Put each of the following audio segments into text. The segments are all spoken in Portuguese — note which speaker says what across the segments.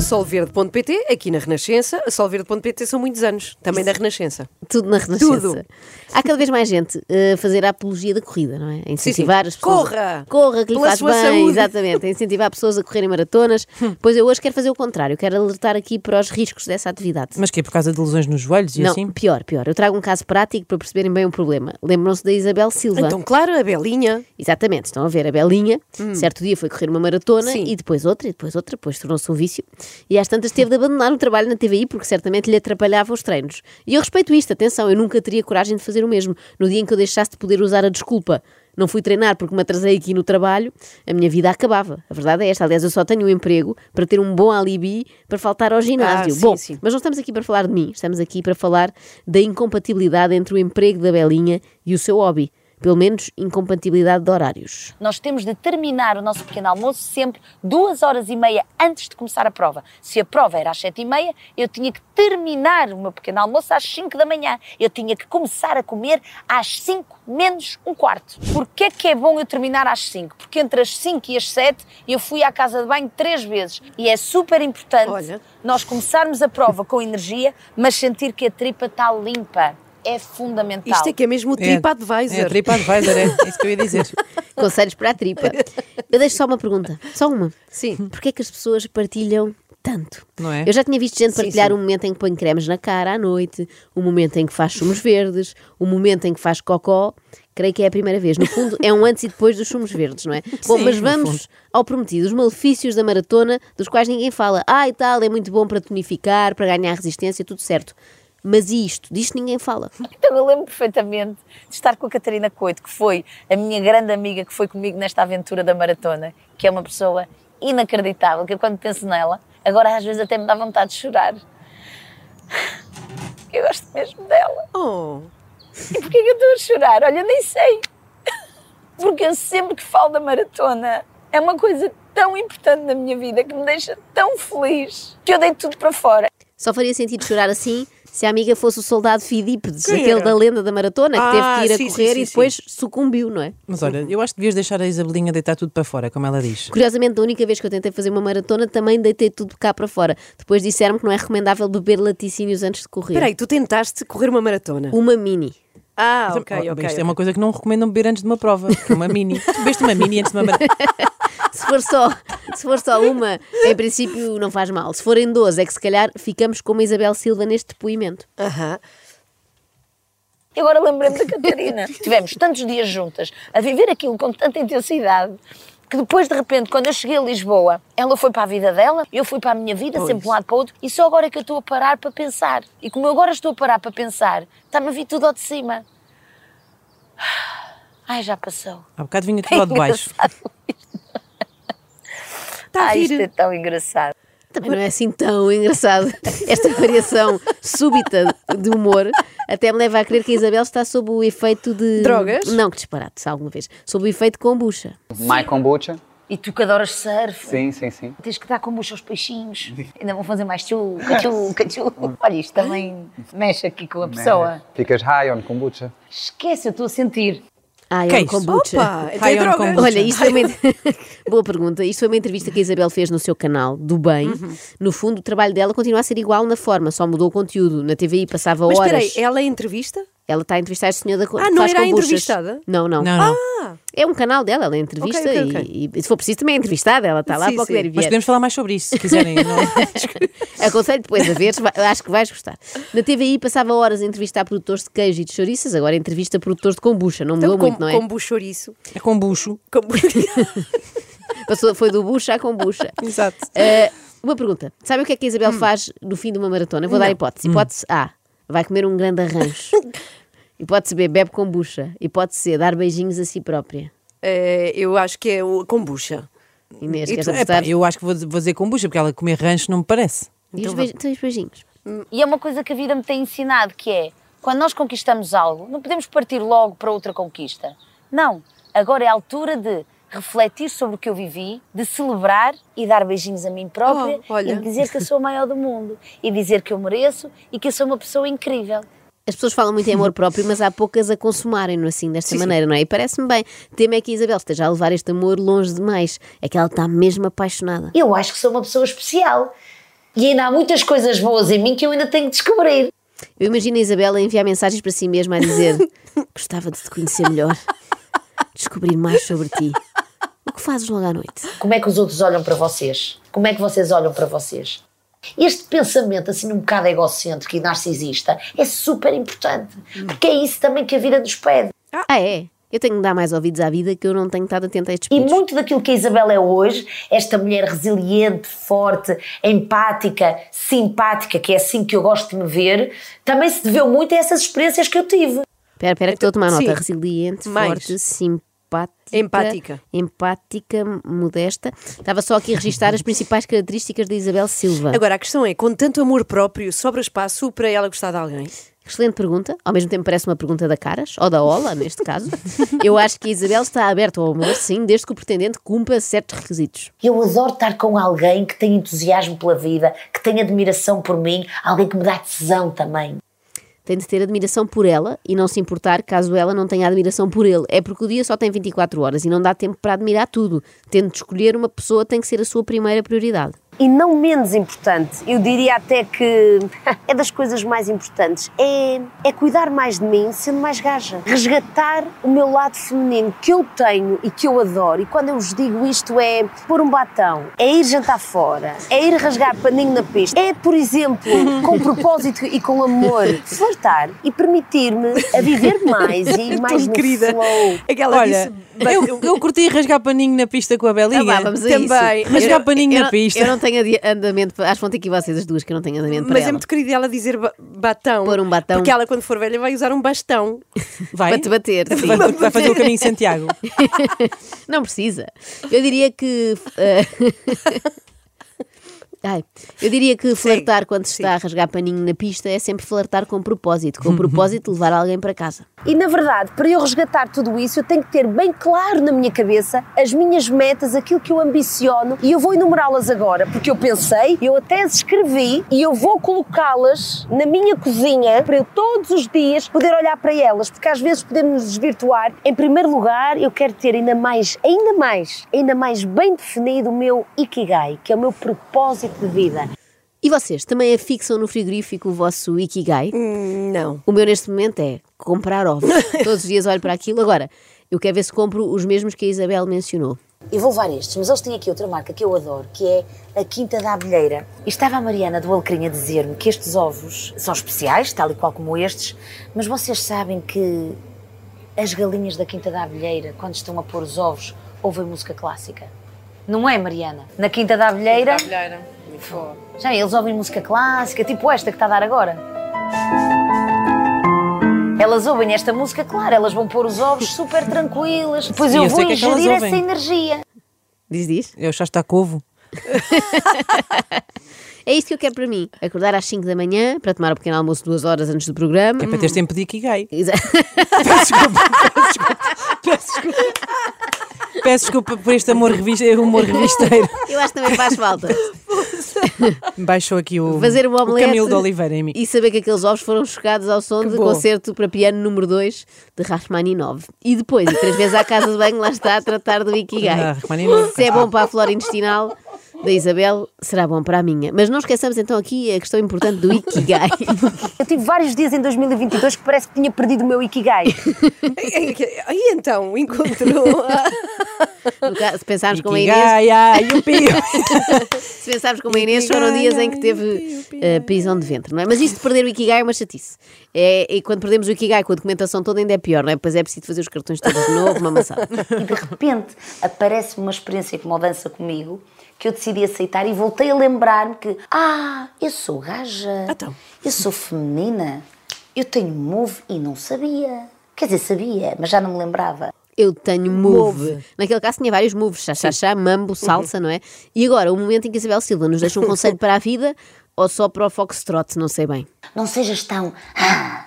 Speaker 1: solverde.pt, aqui na Renascença. A solverde.pt são muitos anos, também da Renascença.
Speaker 2: Tudo na Renascença.
Speaker 1: Tudo.
Speaker 2: Há cada vez mais gente a fazer a apologia da corrida, não é? A incentivar
Speaker 1: sim.
Speaker 2: as pessoas.
Speaker 1: Corra!
Speaker 2: Corra, que lhe
Speaker 1: Pela
Speaker 2: faz
Speaker 1: sua
Speaker 2: bem.
Speaker 1: saúde. Hum.
Speaker 2: Exatamente. A incentivar pessoas a correrem maratonas. Pois eu hoje quero fazer o contrário. Quero alertar aqui para os riscos dessa atividade.
Speaker 3: Mas que é por causa de lesões nos joelhos e
Speaker 2: não,
Speaker 3: assim?
Speaker 2: pior, pior. Eu trago um caso prático para perceberem bem o problema. Lembram-se da Isabel Silva.
Speaker 1: Então, claro, a Belinha.
Speaker 2: Exatamente, estão a ver a Belinha. Certo dia foi correr uma maratona
Speaker 1: Sim.
Speaker 2: e depois outra, e depois outra, depois tornou-se um vício. E às tantas teve de abandonar o trabalho na TVI porque certamente lhe atrapalhava os treinos. E eu respeito isto, atenção, eu nunca teria coragem de fazer o mesmo. No dia em que eu deixasse de poder usar a desculpa. Não fui treinar porque me atrasei aqui no trabalho, a minha vida acabava. A verdade é esta. Aliás, eu só tenho um emprego para ter um bom alibi para faltar ao ginásio.
Speaker 1: Ah, sim,
Speaker 2: bom,
Speaker 1: sim.
Speaker 2: mas não estamos aqui para falar de mim, estamos aqui para falar da incompatibilidade entre o emprego da Belinha e o seu hobby. Pelo menos incompatibilidade de horários.
Speaker 4: Nós temos de terminar o nosso pequeno almoço sempre duas horas e meia antes de começar a prova. Se a prova era às sete e meia, eu tinha que terminar o meu pequeno almoço às cinco da manhã. Eu tinha que começar a comer às cinco menos um quarto. Porquê é que é bom eu terminar às cinco? Porque entre as cinco e as sete eu fui à casa de banho três vezes. E é super importante
Speaker 1: Olha.
Speaker 4: nós começarmos a prova com energia, mas sentir que a tripa está limpa. É fundamental.
Speaker 1: Isto é que é mesmo o TripAdvisor.
Speaker 3: É, TripAdvisor, é isso que eu ia dizer.
Speaker 2: Conselhos para a tripa. Eu deixo só uma pergunta, só uma.
Speaker 1: Sim.
Speaker 2: Porquê é que as pessoas partilham tanto?
Speaker 3: Não é?
Speaker 2: Eu já tinha visto gente
Speaker 1: Sim,
Speaker 2: partilhar
Speaker 1: sim.
Speaker 2: um momento em que põe cremes na cara à noite, um momento em que faz sumos verdes, um momento em que faz cocó. Creio que é a primeira vez. No fundo, é um antes e depois dos sumos verdes, não é? Bom,
Speaker 3: Sim,
Speaker 2: mas
Speaker 3: no fundo.
Speaker 2: vamos ao prometido, os malefícios da maratona, dos quais ninguém fala. Ah, e tal, é muito bom para tonificar, para ganhar resistência, tudo certo. Mas e isto? Disto ninguém fala.
Speaker 4: Então eu lembro perfeitamente de estar com a Catarina Coito, que foi a minha grande amiga que foi comigo nesta aventura da maratona, que é uma pessoa inacreditável, que eu quando penso nela, agora às vezes até me dá vontade de chorar. Eu gosto mesmo dela.
Speaker 1: Oh,
Speaker 4: E porquê que eu estou a chorar? Olha, nem sei. Porque eu sempre que falo da maratona, é uma coisa tão importante na minha vida, que me deixa tão feliz, que eu dei tudo para fora.
Speaker 2: Só faria sentido chorar assim se a amiga fosse o soldado Fidípedes,
Speaker 1: Quem
Speaker 2: aquele
Speaker 1: era?
Speaker 2: da lenda da maratona, que
Speaker 1: Ah,
Speaker 2: teve que ir a
Speaker 1: sim, sim,
Speaker 2: correr
Speaker 1: sim,
Speaker 2: e depois sucumbiu, não é?
Speaker 3: Mas olha, eu acho que devias deixar a Isabelinha deitar tudo para fora, como ela diz.
Speaker 2: Curiosamente, da única vez que eu tentei fazer uma maratona, também deitei tudo cá para fora. Depois disseram-me que não é recomendável beber laticínios antes de correr.
Speaker 1: espera aí, tu tentaste correr uma maratona.
Speaker 2: Uma mini.
Speaker 1: Ah,
Speaker 3: Mas,
Speaker 1: ok,
Speaker 3: oh,
Speaker 1: ok.
Speaker 3: isto
Speaker 1: ok.
Speaker 3: é uma coisa que não recomendam beber antes de uma prova. que é Uma mini. Tu bebeste uma mini antes de uma maratona.
Speaker 2: Se for só, se for só uma, em princípio não faz mal. Se forem 12, é que se calhar ficamos como a Isabel Silva neste depoimento.
Speaker 1: Aham.
Speaker 4: E agora lembrei-me da Catarina. Tivemos tantos dias juntas, a viver aquilo com tanta intensidade, que depois, de repente, quando eu cheguei a Lisboa, ela foi para a vida dela, eu fui para a minha vida, sempre de um lado para o outro, e só agora é que eu estou a parar para pensar. E como eu agora estou a parar para pensar, está-me a vir tudo ao de cima. Ai, já passou.
Speaker 3: Há bocado vinha tudo ao de baixo.
Speaker 4: Engraçado.
Speaker 1: Está a
Speaker 4: Ai, isto é
Speaker 1: vir.
Speaker 4: tão engraçado.
Speaker 2: Também não é assim tão engraçado. Esta variação súbita de humor até me leva a crer que a Isabel está sob o efeito de.
Speaker 1: Drogas?
Speaker 2: Não, que disparate, se alguma vez. Sob o efeito de kombucha.
Speaker 5: My kombucha?
Speaker 4: E tu que adoras surf,
Speaker 5: Sim, sim, sim.
Speaker 4: Tens que dar kombucha aos peixinhos. Ainda vão fazer mais tchu, cachu, cachu. Olha, isto também mexe aqui com a pessoa.
Speaker 5: Né? Ficas high on kombucha?
Speaker 4: Esquece, eu estou a sentir.
Speaker 2: Ah, é
Speaker 3: Que é
Speaker 2: um
Speaker 3: isso?
Speaker 2: kombucha.
Speaker 1: Opa, então
Speaker 3: Ai,
Speaker 1: é
Speaker 3: olha,
Speaker 1: drogas.
Speaker 3: kombucha.
Speaker 2: Olha, isto é uma... Boa pergunta. Isto foi uma entrevista que a Isabel fez no seu canal do Bem.
Speaker 1: Uhum.
Speaker 2: No fundo, o trabalho dela continua a ser igual na forma, só mudou o conteúdo. Na TVI passava
Speaker 1: Mas
Speaker 2: horas.
Speaker 1: espera aí, ela é entrevista?
Speaker 2: Ela está a entrevistar este senhor da co-
Speaker 1: Ah,
Speaker 2: que
Speaker 1: não
Speaker 2: faz
Speaker 1: era a
Speaker 2: kombuchas.
Speaker 1: entrevistada?
Speaker 2: Não, não.
Speaker 3: Não, não.
Speaker 1: Ah,
Speaker 2: É um canal dela, ela entrevista
Speaker 1: Ok, ok,
Speaker 2: e-
Speaker 1: ok.
Speaker 2: E, se for preciso também é entrevistada, ela está lá
Speaker 1: Sim,
Speaker 2: para o
Speaker 1: sim.
Speaker 2: que der e
Speaker 3: Mas
Speaker 2: vier.
Speaker 3: podemos falar mais sobre isso, se quiserem. Não? é?
Speaker 2: Aconselho depois a ver, vai- acho que vais gostar. Na TVI passava horas a entrevistar produtores de queijo e de chouriças, agora entrevista produtores de kombucha, não mudou
Speaker 1: Então, com,
Speaker 2: muito, não é?
Speaker 1: com buchoriço.
Speaker 3: É com bucho.
Speaker 1: Com...
Speaker 2: Passou, foi do bucha à kombucha.
Speaker 3: Exato.
Speaker 2: Eh, uma pergunta. Sabe o que é que a
Speaker 1: Hum.
Speaker 2: Isabel faz no fim de uma maratona? Vou dar hipótese. Hipótese A. Vai comer um grande arranjo. hipótese B. Bebe kombucha. Hipótese C. Dar beijinhos a si própria.
Speaker 1: Eh, eu acho que é o kombucha.
Speaker 2: Inês,
Speaker 1: E
Speaker 2: queres
Speaker 1: tu-
Speaker 3: Epá,
Speaker 2: apostar?
Speaker 3: eu acho que vou, vou dizer kombucha, porque ela comer rancho não me parece.
Speaker 2: E os beij- então, e os beijinhos?
Speaker 4: E é uma coisa que a vida me tem ensinado, que é, quando nós conquistamos algo, não podemos partir logo para outra conquista. Não, agora é a altura de refletir sobre o que eu vivi, de celebrar e dar beijinhos a mim própria
Speaker 1: Oh, olha.
Speaker 4: e de dizer que eu sou a maior do mundo e dizer que eu mereço e que eu sou uma pessoa incrível.
Speaker 2: As pessoas falam muito em amor próprio, mas há poucas a consumarem-no assim, desta maneira, não é? E parece-me bem. Temo é que a Isabel esteja a levar este amor longe demais. É que ela está mesmo apaixonada.
Speaker 4: Eu acho que sou uma pessoa especial. E ainda há muitas coisas boas em mim que eu ainda tenho que descobrir.
Speaker 2: Eu imagino a Isabela a enviar mensagens para si mesma a dizer: Gostava de te conhecer melhor, descobrir mais sobre ti. O que fazes logo à noite?
Speaker 4: Como é que os outros olham para vocês? Como é que vocês olham para vocês? Este pensamento, assim, um bocado egocêntrico e narcisista, é super importante. Porque é isso também que a vida nos pede.
Speaker 2: Ah, é? Eu tenho de dar mais ouvidos à vida que eu não tenho estado atenta a estes
Speaker 4: E
Speaker 2: pedidos.
Speaker 4: muito daquilo que a Isabela é hoje, esta mulher resiliente, forte, empática, simpática, que é assim que eu gosto de me ver, também se deveu muito a essas experiências que eu tive.
Speaker 2: Espera, espera, que estou a tomar
Speaker 1: Sim.
Speaker 2: nota. Resiliente,
Speaker 1: Mais.
Speaker 2: forte, simpática.
Speaker 1: Empática.
Speaker 2: Empática, modesta. Estava só aqui a registar as principais características da Isabel Silva.
Speaker 1: Agora, a questão é, com tanto amor próprio, sobra espaço para ela gostar de alguém?
Speaker 2: Excelente pergunta. Ao mesmo tempo parece uma pergunta da Caras, ou da Ola, neste caso. Eu acho que a Isabel está aberta ao amor, sim, desde que o pretendente cumpra certos requisitos.
Speaker 4: Eu adoro estar com alguém que tem entusiasmo pela vida, que tem admiração por mim, alguém que me dá tesão também.
Speaker 2: Tem de ter admiração por ela e não se importar caso ela não tenha admiração por ele. É porque o dia só tem 24 horas e não dá tempo para admirar tudo. Tendo de escolher uma pessoa tem que ser a sua primeira prioridade.
Speaker 6: E não menos importante, eu diria até que é das coisas mais importantes, é, é cuidar mais de mim sendo mais gaja. Resgatar o meu lado feminino que eu tenho e que eu adoro. E quando eu vos digo isto é pôr um batão, é ir jantar fora, é ir rasgar paninho na pista, é, por exemplo, com propósito e com amor, flertar e permitir-me a viver mais e ir mais
Speaker 1: Tudo
Speaker 6: no
Speaker 1: querida.
Speaker 6: flow.
Speaker 1: Aquela
Speaker 3: Olha,
Speaker 1: disse...
Speaker 3: eu, eu curti rasgar paninho na pista com Tá a Belinha.
Speaker 2: Ah, vá, vamos a
Speaker 1: também.
Speaker 2: isso.
Speaker 3: Rasgar
Speaker 2: Eu-
Speaker 3: paninho
Speaker 2: eu
Speaker 3: na
Speaker 2: não-
Speaker 3: pista.
Speaker 2: Eu não tenho adi- andamento, para- acho que vão ter que ir vocês as duas que eu não tenho andamento para
Speaker 1: Mas é
Speaker 2: ela.
Speaker 1: muito querido ela dizer ba- batão.
Speaker 2: Pôr um batão.
Speaker 1: Porque ela, quando for velha, vai usar um bastão.
Speaker 3: Vai,
Speaker 2: Para te bater, sim.
Speaker 3: Vai- vai fazer o caminho de Santiago.
Speaker 2: Não precisa. Eu diria que. eh, Ai, eu diria que flertar quando se está a rasgar paninho na pista é sempre flertar com propósito, com o propósito de levar alguém para casa.
Speaker 6: E na verdade, para eu resgatar tudo isso, eu tenho que ter bem claro na minha cabeça as minhas metas, aquilo que eu ambiciono, e eu vou enumerá-las agora, porque eu pensei, eu até as escrevi e eu vou colocá-las na minha cozinha para eu todos os dias poder olhar para elas, porque às vezes podemos nos desvirtuar. Em primeiro lugar, eu quero ter ainda mais, ainda mais, ainda mais bem definido o meu ikigai, que é o meu propósito de vida.
Speaker 2: E vocês também afixam no frigorífico o vosso Ikigai?
Speaker 1: Hum, Não.
Speaker 2: O meu neste momento é comprar ovos. Todos os dias olho para aquilo. Agora, eu quero ver se compro os mesmos que a Isabel mencionou.
Speaker 4: E vou levar estes, mas eles têm aqui outra marca que eu adoro, que é a Quinta da Abelheira. E estava a Mariana do Alecrim a dizer-me que estes ovos são especiais, tal e qual como estes, mas vocês sabem que as galinhas da Quinta da Abelheira, quando estão a pôr os ovos, ouvem música clássica. Não é, Mariana? Na Quinta da Abelheira, já eles ouvem música clássica, tipo esta que está a dar agora. Elas ouvem esta música, claro, elas vão pôr os ovos super tranquilas. Depois
Speaker 3: Sim,
Speaker 4: eu,
Speaker 3: eu
Speaker 4: vou
Speaker 3: sei o que é que elas
Speaker 4: ingerir essa
Speaker 3: ouvem.
Speaker 4: energia.
Speaker 2: Diz, diz.
Speaker 3: Eu já está couvo.
Speaker 2: É isto que eu quero para mim. Acordar às 5 da manhã para tomar o pequeno almoço duas horas antes do programa.
Speaker 3: É para teres tempo de Ikigai.
Speaker 2: Exa-
Speaker 3: Peço desculpa, peço desculpa, peço desculpa. Peço desculpa por este amor revista, humor revisteiro.
Speaker 2: Eu acho que também faz falta.
Speaker 3: Baixou aqui o,
Speaker 2: fazer um
Speaker 3: o
Speaker 2: omelete
Speaker 3: Camilo de Oliveira em mim.
Speaker 2: e saber que aqueles ovos foram chocados ao som do
Speaker 3: bom.
Speaker 2: concerto para piano número 2 de Rachmaninov. E depois, e três vezes à casa de banho, lá está a tratar do
Speaker 3: Ah,
Speaker 2: Ikigai.
Speaker 3: Rachmaninov.
Speaker 2: Se é bom para a flora intestinal da Isabel, será bom para a minha. Mas não esqueçamos então aqui a questão importante do Ikigai.
Speaker 6: Eu tive vários dias em 2022 que parece que tinha perdido o meu ikigai.
Speaker 1: Aí então, encontrou.
Speaker 2: No caso, se pensarmos como a Inês,
Speaker 3: Ikigai, ai, o pio.
Speaker 2: se pensarmos como a Inês foram dias em que teve eh, prisão de ventre, não é? Mas isto de perder o Ikigai é uma chatice. É, e quando perdemos o Ikigai com a documentação toda ainda é pior, não é? Pois é preciso fazer os cartões todos de novo, uma maçada.
Speaker 4: E de repente aparece uma experiência como a dança comigo que eu decidi aceitar e voltei a lembrar-me que, ah, eu sou gaja,
Speaker 1: Então.
Speaker 4: eu sou feminina, eu tenho move e não sabia. Quer dizer, sabia, mas já não me lembrava.
Speaker 2: Eu tenho move. Naquele caso tinha vários moves, chá, chá, chá, mambo, salsa, não é? E agora, o momento em que Isabel Silva nos deixa um conselho para a vida ou só para o foxtrot, não sei bem.
Speaker 4: Não sejas tão. Ah,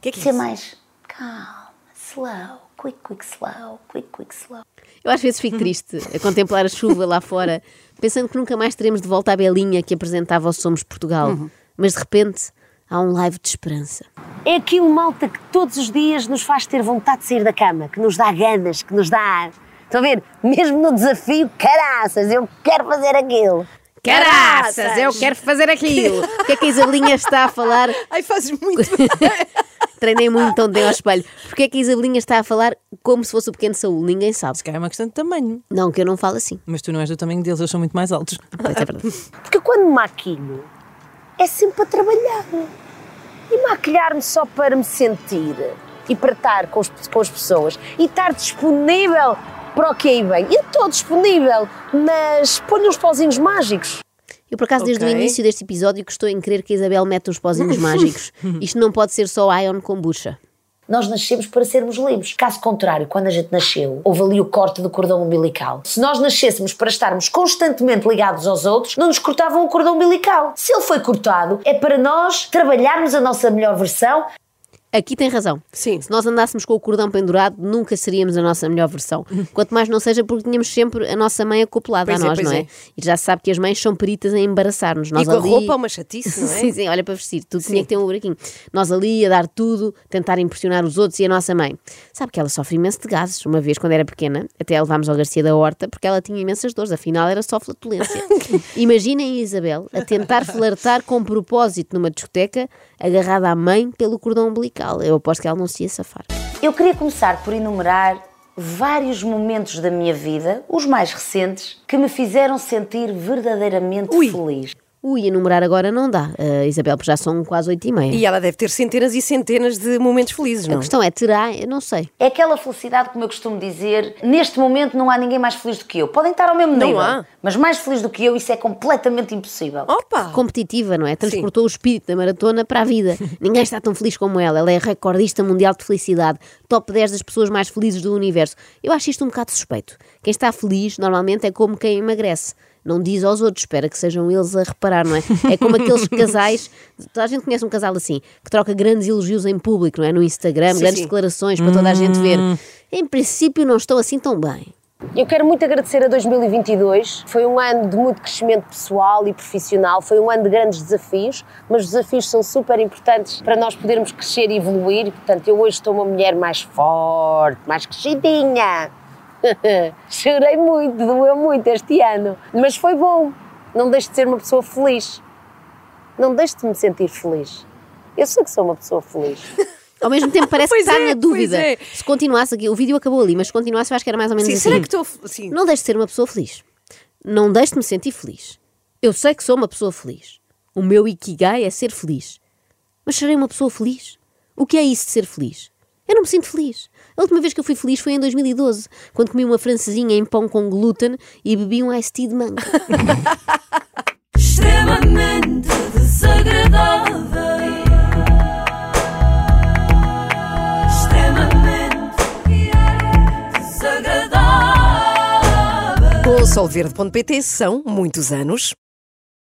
Speaker 1: que é que é
Speaker 4: ser
Speaker 1: isso?
Speaker 4: mais calma, slow, quick, quick, slow, quick, quick, slow.
Speaker 2: Eu às vezes fico triste a contemplar a chuva lá fora, pensando que nunca mais teremos de volta a Belinha que apresentava ao Somos Portugal. Mas de repente há um live de esperança.
Speaker 6: É aquilo, malta, que todos os dias nos faz ter vontade de sair da cama, que nos dá ganas, que nos dá ar. Estão a ver? Mesmo no desafio, caraças, eu quero fazer aquilo.
Speaker 2: Caraças, eu quero fazer aquilo. O que é que a Isabelinha está a falar?
Speaker 1: Ai, fazes muito bem.
Speaker 2: Treinei muito ontem ao espelho. Porque é que a Isabelinha está a falar como se fosse o pequeno Saúl? Ninguém sabe.
Speaker 3: Se calhar é uma questão de tamanho.
Speaker 2: Não, que eu não falo assim.
Speaker 3: Mas tu não és do tamanho deles, eles são muito mais altos.
Speaker 2: Pois é verdade.
Speaker 6: Porque quando maquilho, é sempre para trabalhar. E maquilhar-me só para me sentir e para estar com, os- com as pessoas e estar disponível para o que é e bem. Eu estou disponível, mas ponho uns pozinhos mágicos.
Speaker 2: Eu, por acaso, desde o
Speaker 1: Ok.
Speaker 2: início deste episódio, que estou em querer que a Isabel meta uns pozinhos mágicos. Isto não pode ser só Ion Kombucha.
Speaker 4: Nós nascemos para sermos livres. Caso contrário, quando a gente nasceu, houve ali o corte do cordão umbilical. Se nós nascêssemos para estarmos constantemente ligados aos outros, não nos cortavam o cordão umbilical. Se ele foi cortado, é para nós trabalharmos a nossa melhor versão.
Speaker 2: Aqui tem razão.
Speaker 1: Sim.
Speaker 2: Se nós andássemos com o cordão pendurado, nunca seríamos a nossa melhor versão. Quanto mais não seja porque tínhamos sempre a nossa mãe acoplada
Speaker 1: Pois
Speaker 2: a
Speaker 1: é,
Speaker 2: nós,
Speaker 1: pois
Speaker 2: não é?
Speaker 1: é.
Speaker 2: E já se sabe que as mães são peritas em embaraçar-nos. Nós
Speaker 1: E com a
Speaker 2: ali-
Speaker 1: roupa é uma chatice, não é?
Speaker 2: Sim, sim, olha para vestir, tudo tinha que ter um buraquinho. Nós ali a dar tudo, tentar impressionar os outros e a nossa mãe. Sabe que ela sofre imenso de gases. Uma vez, quando era pequena, até a levámos ao Garcia da Horta porque ela tinha imensas dores, afinal era só flatulência. Imaginem a Isabel a tentar flertar com propósito numa discoteca, agarrada à mãe pelo cordão umbilical. Eu aposto que ela não se ia safar.
Speaker 4: Eu queria começar por enumerar vários momentos da minha vida, os mais recentes, que me fizeram sentir verdadeiramente feliz.
Speaker 2: Ui, enumerar agora não dá, Ah, Isabel, porque já são quase oito e meia.
Speaker 1: E ela deve ter centenas e centenas de momentos felizes,
Speaker 2: A
Speaker 1: não?
Speaker 2: questão é, terá? Eu não sei.
Speaker 4: É aquela felicidade, como eu costumo dizer, neste momento não há ninguém mais feliz do que eu. Podem estar ao mesmo nível,
Speaker 1: há.
Speaker 4: mas mais feliz do que eu, isso é completamente impossível.
Speaker 1: Opa!
Speaker 2: competitiva, não é? Transportou o espírito da maratona para a vida. Ninguém está tão feliz como ela. Ela é recordista mundial de felicidade, top 10 das pessoas mais felizes do universo. Eu acho isto um bocado suspeito. Quem está feliz normalmente é como quem emagrece. Não diz aos outros, espera que sejam eles a reparar, não é? É como aqueles casais. Toda a gente conhece um casal assim, que troca grandes elogios em público, não é? No Instagram,
Speaker 1: Sim,
Speaker 2: grandes
Speaker 1: sim. Hum.
Speaker 2: declarações para toda a gente ver. Em princípio, não estão assim tão bem.
Speaker 6: Eu quero muito agradecer a 2022. Foi um ano de muito crescimento pessoal e profissional, foi um ano de grandes desafios, mas os desafios são super importantes para nós podermos crescer e evoluir. Portanto, eu hoje estou uma mulher mais forte, mais crescidinha. Chorei muito, doeu muito este ano, mas foi bom. Não deixe de ser uma pessoa feliz. Não deixe de me sentir feliz. Eu sei que sou uma pessoa feliz.
Speaker 2: Ao mesmo tempo, parece que
Speaker 1: Pois
Speaker 2: está
Speaker 1: é,
Speaker 2: na dúvida.
Speaker 1: pois é.
Speaker 2: Se continuasse aqui, o vídeo acabou ali, mas se continuasse, eu acho que era mais ou menos
Speaker 1: Sim,
Speaker 2: assim.
Speaker 1: será que estou. Sim.
Speaker 2: Não deixe de ser uma pessoa feliz. Não deixe de me sentir feliz. Eu sei que sou uma pessoa feliz. O meu ikigai é ser feliz. Mas serei uma pessoa feliz? O que é isso de ser feliz? Eu não me sinto feliz. A última vez que eu fui feliz foi em 2012, quando comi uma francesinha em pão com glúten e bebi um iced tea de manga.
Speaker 7: extremamente desagradável. Extremamente desagradável.
Speaker 1: Com o solverde.pt são muitos anos.